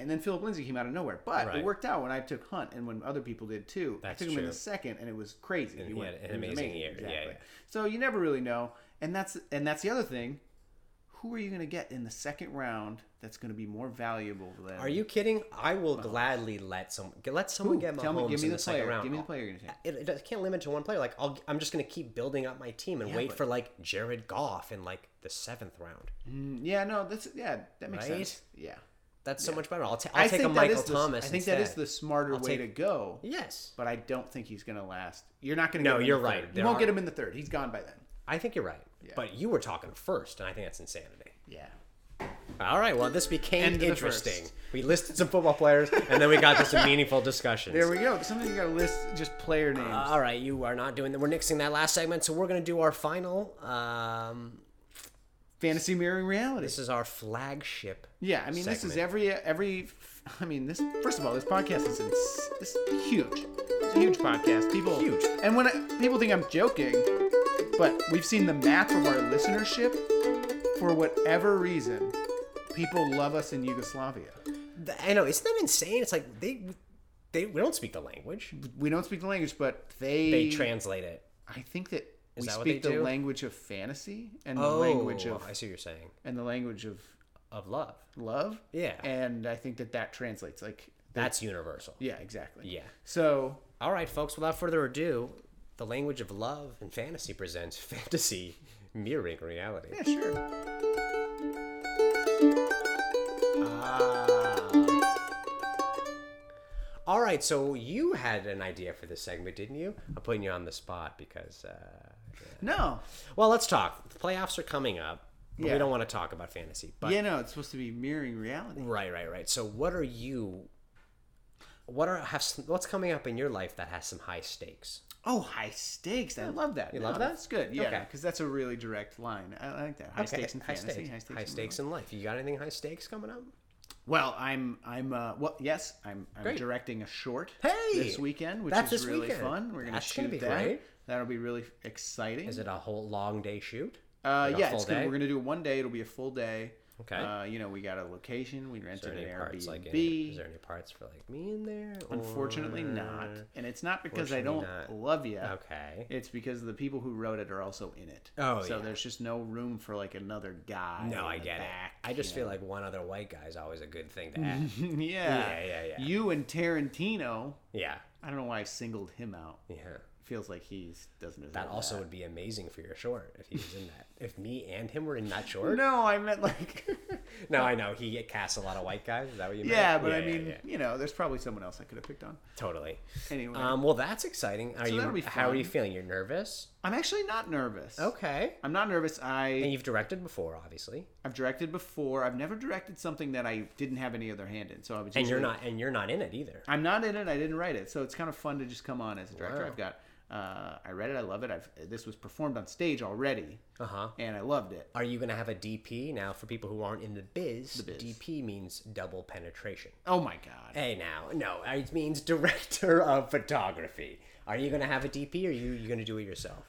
And then Philip Lindsay came out of nowhere, but it
Right.
worked out when I took Hunt and when other people did too.
That's
I took him in
true.
the second, and it was crazy.
he had an amazing year. Yeah, yeah.
So you never really know, and that's and that's the other thing. Who are you going to get in the second round that's going to be more valuable than?
Are you kidding? I will gladly let some let someone
Ooh,
get Mahomes
tell me, give me
in
the,
the, second
player.
round.
Give me the player you're going to take.
It, it can't limit to one player. Like I'll, I'm just gonna keep building up my team and wait
but-
for like Jared Goff in like the seventh round.
Mm, Yeah, no, that's yeah, that makes
Right?
sense. Yeah,
That's so much better. I'll, ta-
I
I'll take a
think that
Michael
is the-
Thomas.
I think that is
instead.
the smarter way
take-
to go.
Yes,
But I don't think he's going to last. You're not going to.
No,
get him in
you're
the
right.
Third. You
There
won't
are-
get him in the third. He's gone by then.
I think you're right. But you were talking first, and I think that's insanity.
Yeah.
All right. Well, this
End
became
of the
interesting.
first.
We listed some football players, and then we got
*laughs*
to some meaningful discussions. Uh,
There we go. Sometimes you got to list just player names.
All right, you are not doing that. We're nixing that last segment, so we're going to do our final. Um,
Fantasy mirroring reality.
this is our flagship.
yeah, I mean this is
segment.
every every. I mean this. First of all, this podcast is ins- this is huge. It's a huge podcast. People
Huge.
And when I, people think I'm joking, but we've seen the math of our listenership. For whatever reason, people love us in Yugoslavia.
Th- I know, isn't that insane? It's like they, they we don't speak the language.
We don't speak the language, but they.
They translate it.
I think that we
that what
speak
they
the
do?
language of fantasy and the language
Oh,
of
I see what you're saying.
and the language of
Of love.
love.
Yeah.
And I think that that translates like
That's universal.
yeah, exactly.
Yeah.
So,
All right, folks, without further ado, the language of love and fantasy presents *laughs* fantasy mirroring reality.
yeah, sure.
Ah. All right, so you had an idea for this segment, didn't you? I'm putting you on the spot because, uh,
No.
well, let's talk. The playoffs are coming up, but
Yeah.
we don't want to talk about fantasy. But
yeah, no, it's supposed to be mirroring reality.
right, right, right. So, what are you? What are have, some- what's coming up in your life that has some high stakes?
Oh, high stakes. I love that. You
love that?
That's good. Yeah,
Okay.
because that's a really direct line. I I like that. High stakes in
high
fantasy.
stakes,
High stakes.
high
in
stakes in life. You got anything high stakes coming up?
love. Well, I'm I'm uh well, yes, I'm I'm
Great.
directing a short
Hey!
this weekend, which
That's
is
this
really
weekend.
fun. We're going to
That's gonna
shoot
be
that.
great.
That'll be really exciting.
Is it a whole long day shoot?
Uh,
Like a
yeah,
full
it's gonna,
day?
we're gonna do it one day. It'll be a full day.
Okay.
Uh, you know, we got a location. We
Is there
rented an
any
Airbnb.
parts like any, is there any parts for like me in there?
Unfortunately,
or-
not. And it's not because I don't
Fortunately not.
love you.
Okay.
It's because the people who wrote it are also in it.
Oh,
So
yeah.
there's just no room for like another guy.
No,
in
I
the
get it.
back, *laughs*
I just
you
feel like one other white guy is always a good
*laughs*
thing to add.
know? yeah.
Yeah, yeah, yeah.
You and Tarantino.
yeah,
I don't know why I singled him out.
yeah.
Feels like he's doesn't. deserve
That also would be amazing for your short if he was in
*laughs*
that. if me and him were in that short.
No, I meant like. *laughs*
No, I know he casts a lot of white guys. Is that what you meant?
yeah, but I
yeah,
mean,
yeah.
you know, there's probably someone else I could have picked on.
totally.
Anyway.
Um, well, that's exciting. Are you?
that'll be
How are you
fun.
feeling? You're nervous.
I'm actually not nervous.
Okay.
I'm not nervous.
And
I
you've directed before, obviously.
I've directed before. I've never directed something that I didn't have any other hand in. So I was.
And you're
usually-
not. And you're not in it either.
I'm not in it. I didn't write it, so it's kind of fun to just come on as a director.
Wow.
I've got. Uh, I read it. I love it. I've this was performed on stage already,
Uh huh.
and I loved it.
Are you going to have a DP now? For people who aren't in the biz,
biz.
DP means double penetration.
Oh my god!
Hey, now, no, it means director of photography. Are you going to have a DP, or are you, you going to do it yourself?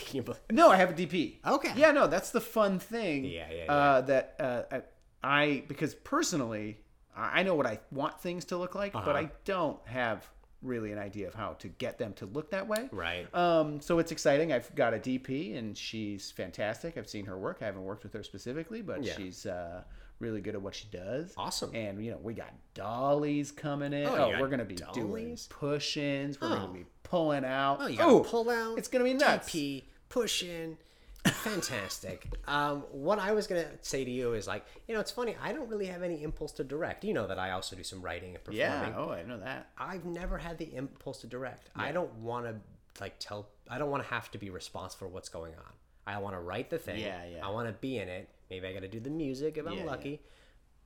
*laughs*
Can you bel-
No, I have a DP.
Okay.
Yeah, no, that's the fun thing.
Yeah, yeah,
Uh, that uh, I, I because personally, I I know what I want things to look
Uh-huh.
like, but I don't have really an idea of how to get them to look that way.
right.
Um, so it's exciting. I've got a DP, and she's fantastic. I've seen her work. I haven't worked with her specifically, but
Yeah.
she's uh, really good at what she does.
Awesome.
And you know, we got dollies coming in.
you
Oh,
got
we're gonna be doing
dollies?
push-ins. We're
Oh.
gonna be pulling out.
oh, you got
oh,
to pull out.
it's gonna be nuts.
DP push in. Fantastic. *laughs* um, what I was gonna say to you is like, you know, it's funny. I don't really have any impulse to direct. You know that I also do some writing and performing.
Yeah. Oh, I know that.
I've never had the impulse to direct. I don't want to like tell. I don't want to have to be responsible for what's going on. I want to write the thing.
Yeah, yeah.
I want to be in it. Maybe I got to do the music if I'm
Yeah, yeah.
lucky.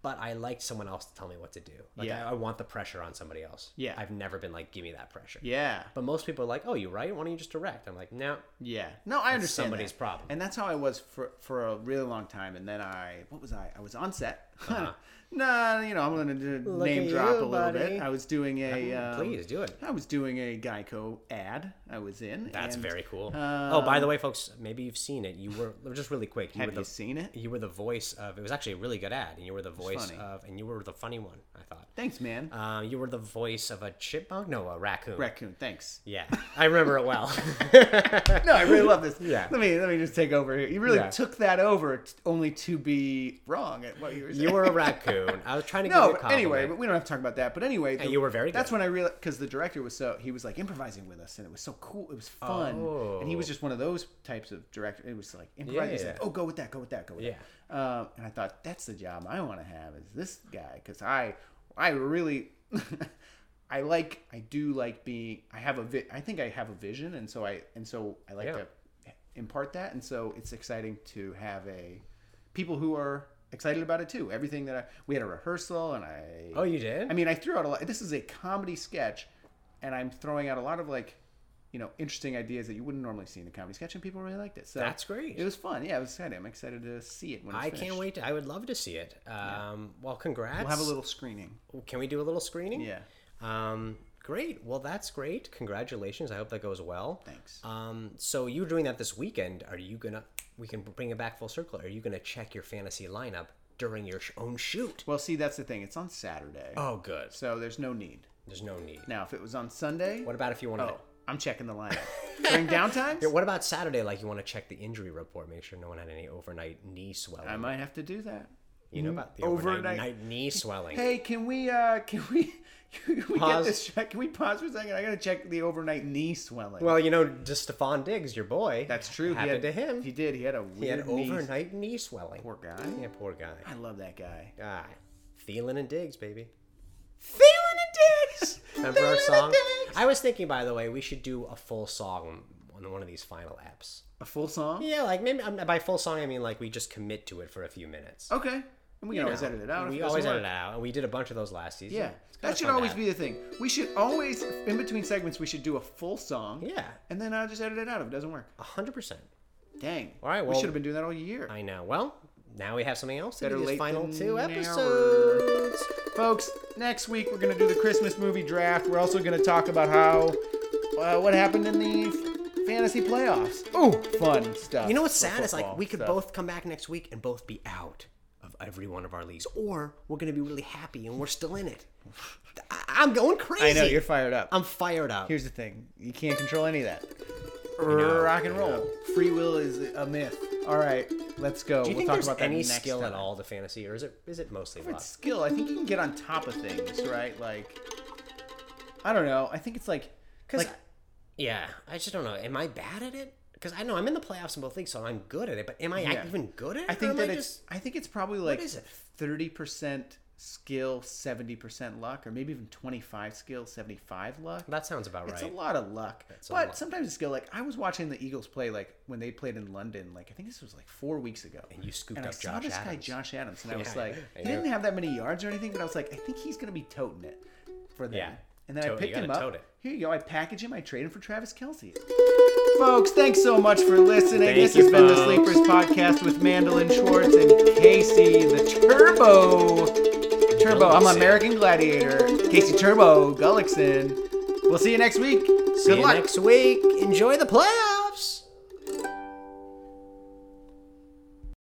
But I like someone else to tell me what to do. Like
Yeah.
I, I want the pressure on somebody else.
Yeah.
I've never been like, give me that pressure.
Yeah.
But most people are like, oh, you write? Why don't you just direct? I'm like, no.
Yeah. No, I understand
somebody's
that.
problem.
And that's how I was for for a really long time. And then I, what was I? I was on set.
Uh-huh.
*laughs* nah, you know, I'm gonna do name
at
drop
you,
a little
buddy.
bit. I was doing a. um,
Please do it.
I was doing a Geico ad. I was in.
That's
and uh,
very cool. oh, by the way, folks, maybe you've seen it. You were *laughs* just really quick. You
Have
were the,
you seen it?
You were the voice of. It was actually a really good ad, and you were the voice
funny.
of, and you were the funny one. I thought.
Thanks, man.
Um, you were the voice of a chipmunk? No, a raccoon.
Raccoon. Thanks.
yeah, I remember it well. *laughs*
No, I really love this.
Yeah.
Let me let me just take over here. You really
Yeah.
took that over, t- only to be wrong at what you were saying.
you You were a raccoon. I was trying to
No,
give you a
but anyway,
compliment.
but we don't have to talk about that. But anyway, the-
you were very
That's
good.
when I realized because the director was so he was like improvising with us, and it was so cool. It was fun, and he was just one of those types of director. It was like improvising. he's
Oh. Yeah.
like, oh, go with that, go with that, go with that. Um, and I thought that's the job I want to have is this guy because I, I really. *laughs* I like I do like being I have a vi- I think I have a vision and so I and so I like
Yeah.
to impart that and so it's exciting to have a people who are excited about it too. Everything that I we had a rehearsal and I
Oh, you did?
I mean, I threw out a lot. This is a comedy sketch, and I'm throwing out a lot of like, you know, interesting ideas that you wouldn't normally see in a comedy sketch, and people really liked it. So
That's great.
It was fun. Yeah, it was exciting. I'm excited to see it when it's
I
finished.
can't wait. To, I would love to see it. Um, Well, congrats.
We'll have a little screening.
Can we do a little screening?
Yeah.
Um, great. Well, that's great. Congratulations. I hope that goes well.
Thanks.
Um, so you're doing that this weekend. Are you gonna? We can bring it back full circle. Are you gonna check your fantasy lineup during your sh- own shoot?
Well, see, that's the thing. It's on Saturday,
Oh, good.
so there's no need.
There's no need.
Now, if it was on Sunday,
What about if you want to?
oh, I'm checking the
*laughs*
lineup during downtimes.
What about Saturday? Like you want to check the injury report, make sure no one had any overnight knee swelling.
I might have to do that.
you know about the
Um, overnight-
overnight,
*laughs*
knee swelling.
Hey, can we uh can we *laughs* can we get
Pause.
this check? Can we pause for a second? I gotta check the overnight knee swelling.
Well, you know, just Stefan Diggs, your boy.
That's true.
Happened to him.
He did. He had a
He had
weird knee.
overnight knee swelling.
Poor guy.
Yeah, poor guy.
I love that guy.
Ah, Thielen and Diggs, baby.
Feeling a dicks.
*laughs* Remember our song? I was thinking, by the way, we should do a full song on one of these final apps.
A full song.
Yeah, like maybe um, by full song I mean like we just commit to it for a few minutes.
Okay. And Oh, we can always
know,
edit it out. if
We
doesn't
always
work.
edit it out, and we did a bunch of those last season.
Yeah.
It's kinda
That should
fun to
always
have.
be the thing. We should always, in between segments, we should do a full song.
Yeah,
And then I'll just edit it out if it doesn't work.
hundred percent.
Dang.
All right,
we
well-
should have been doing that all year.
I know. Well, now we have something else.
Better
to do
late
these final
than
two
never.
episodes.
Folks, next week we're going to do the Christmas movie draft. We're also going to talk about how, uh, what happened in the f- fantasy playoffs. Oh, fun stuff.
You know what's
for
sad is like
football
we could
stuff.
both come back next week and both be out of every one of our leagues, or we're gonna be really happy and we're still in it. I- I'm going crazy.
I know, you're fired up.
I'm fired up.
Here's the thing you can't control any of that. Rock and roll. Free will is a myth. All right, let's go.
Do you
we'll
think
talk
there's
about that
any
next
skill
time.
at all to fantasy, or is it is it mostly
It's
luck?
skill. I think you can get on top of things, right? Like, I don't know. I think it's like,
Because
like,
yeah, I just don't know. Am I bad at it? Because I know I'm in the playoffs in both leagues, so I'm good at it. But am I
Yeah.
even good at it?
I
or
think
am
that
I
it's.
just-
I think it's probably like
is it?
thirty percent skill, seventy percent luck, or maybe even twenty-five skill, seventy-five luck.
that sounds about
It's
right.
a lot of luck.
a
but
lot.
sometimes it's skill. Like I was watching the Eagles play, like when they played in London. Like I think this was like four weeks ago. And
you scooped
and I
up
saw
Josh
this guy
Adams.
Josh Adams, and I was
Yeah,
like,
I *laughs*
he
know.
didn't have that many yards or anything, but I was like, I think he's gonna be toting it for them.
Yeah.
And then
Tote
I
it.
picked
You
him up.
gotta tote it.
Here you go. I package him. I trade him for Travis Kelsey. Folks, thanks so much for listening.
Thank
this
you,
has been the
folks.
Sleepers Podcast with Mandolin Schwartz and Casey the Turbo. Turbo, I'm
Gullickson.
American Gladiator. Casey Turbo Gullickson. We'll see you next week.
See
Good
you
luck.
next week. Enjoy the playoffs.